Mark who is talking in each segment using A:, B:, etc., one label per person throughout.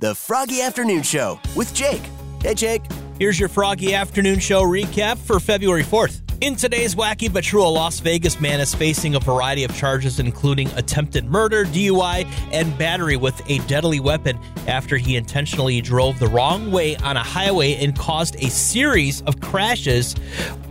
A: The Froggy Afternoon Show with Jake. Hey, Jake.
B: Here's your Froggy Afternoon Show recap for February 4th. In today's wacky but true, a Las Vegas man is facing a variety of charges, including attempted murder, DUI, and battery with a deadly weapon after he intentionally drove the wrong way on a highway and caused a series of crashes.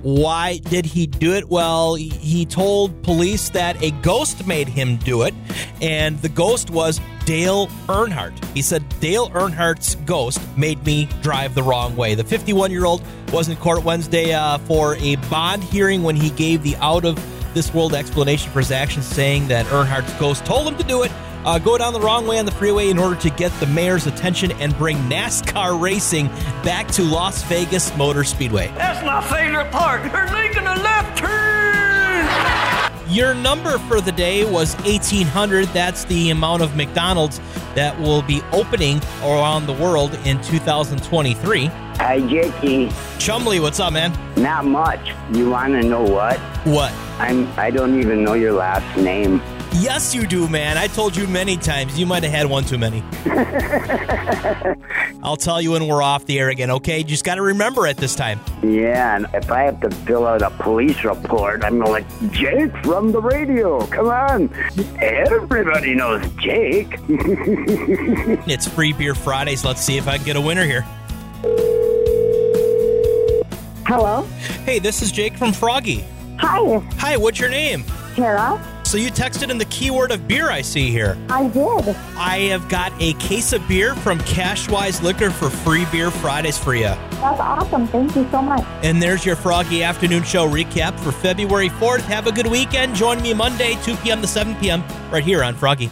B: Why did he do it? Well, he told police that a ghost made him do it, and the ghost was Dale Earnhardt. He said, Dale Earnhardt's ghost made me drive the wrong way. The 51 year old was in court Wednesday uh, for a bond hearing when he gave the out of this world explanation for his actions, saying that Earnhardt's ghost told him to do it. Uh, go down the wrong way on the freeway in order to get the mayor's attention and bring NASCAR racing back to Las Vegas Motor Speedway.
C: That's my favorite part. They're making a left turn.
B: Your number for the day was 1,800. That's the amount of McDonald's that will be opening around the world in 2023.
D: Hey, Jackie,
B: Chumley, what's up, man?
D: not much. You want to know what?
B: What?
D: I'm. I don't even know your last name.
B: Yes, you do, man. I told you many times. You might have had one too many. I'll tell you when we're off the air again, okay? You just got to remember it this time.
D: Yeah, and if I have to fill out a police report, I'm like Jake from the radio. Come on, everybody knows Jake.
B: It's Free Beer Fridays. Let's see if I can get a winner here.
E: Hello.
B: Hey, this is Jake from Froggy.
E: Hi,
B: Hi, what's your name?
E: Tara.
B: So you texted in the keyword of beer I see here.
E: I did.
B: I have got a case of beer from Cashwise Liquor for free beer Fridays for you.
E: That's awesome. Thank you so much.
B: And there's your Froggy Afternoon Show recap for February 4th. Have a good weekend. Join me Monday, 2 p.m. to 7 p.m. right here on Froggy.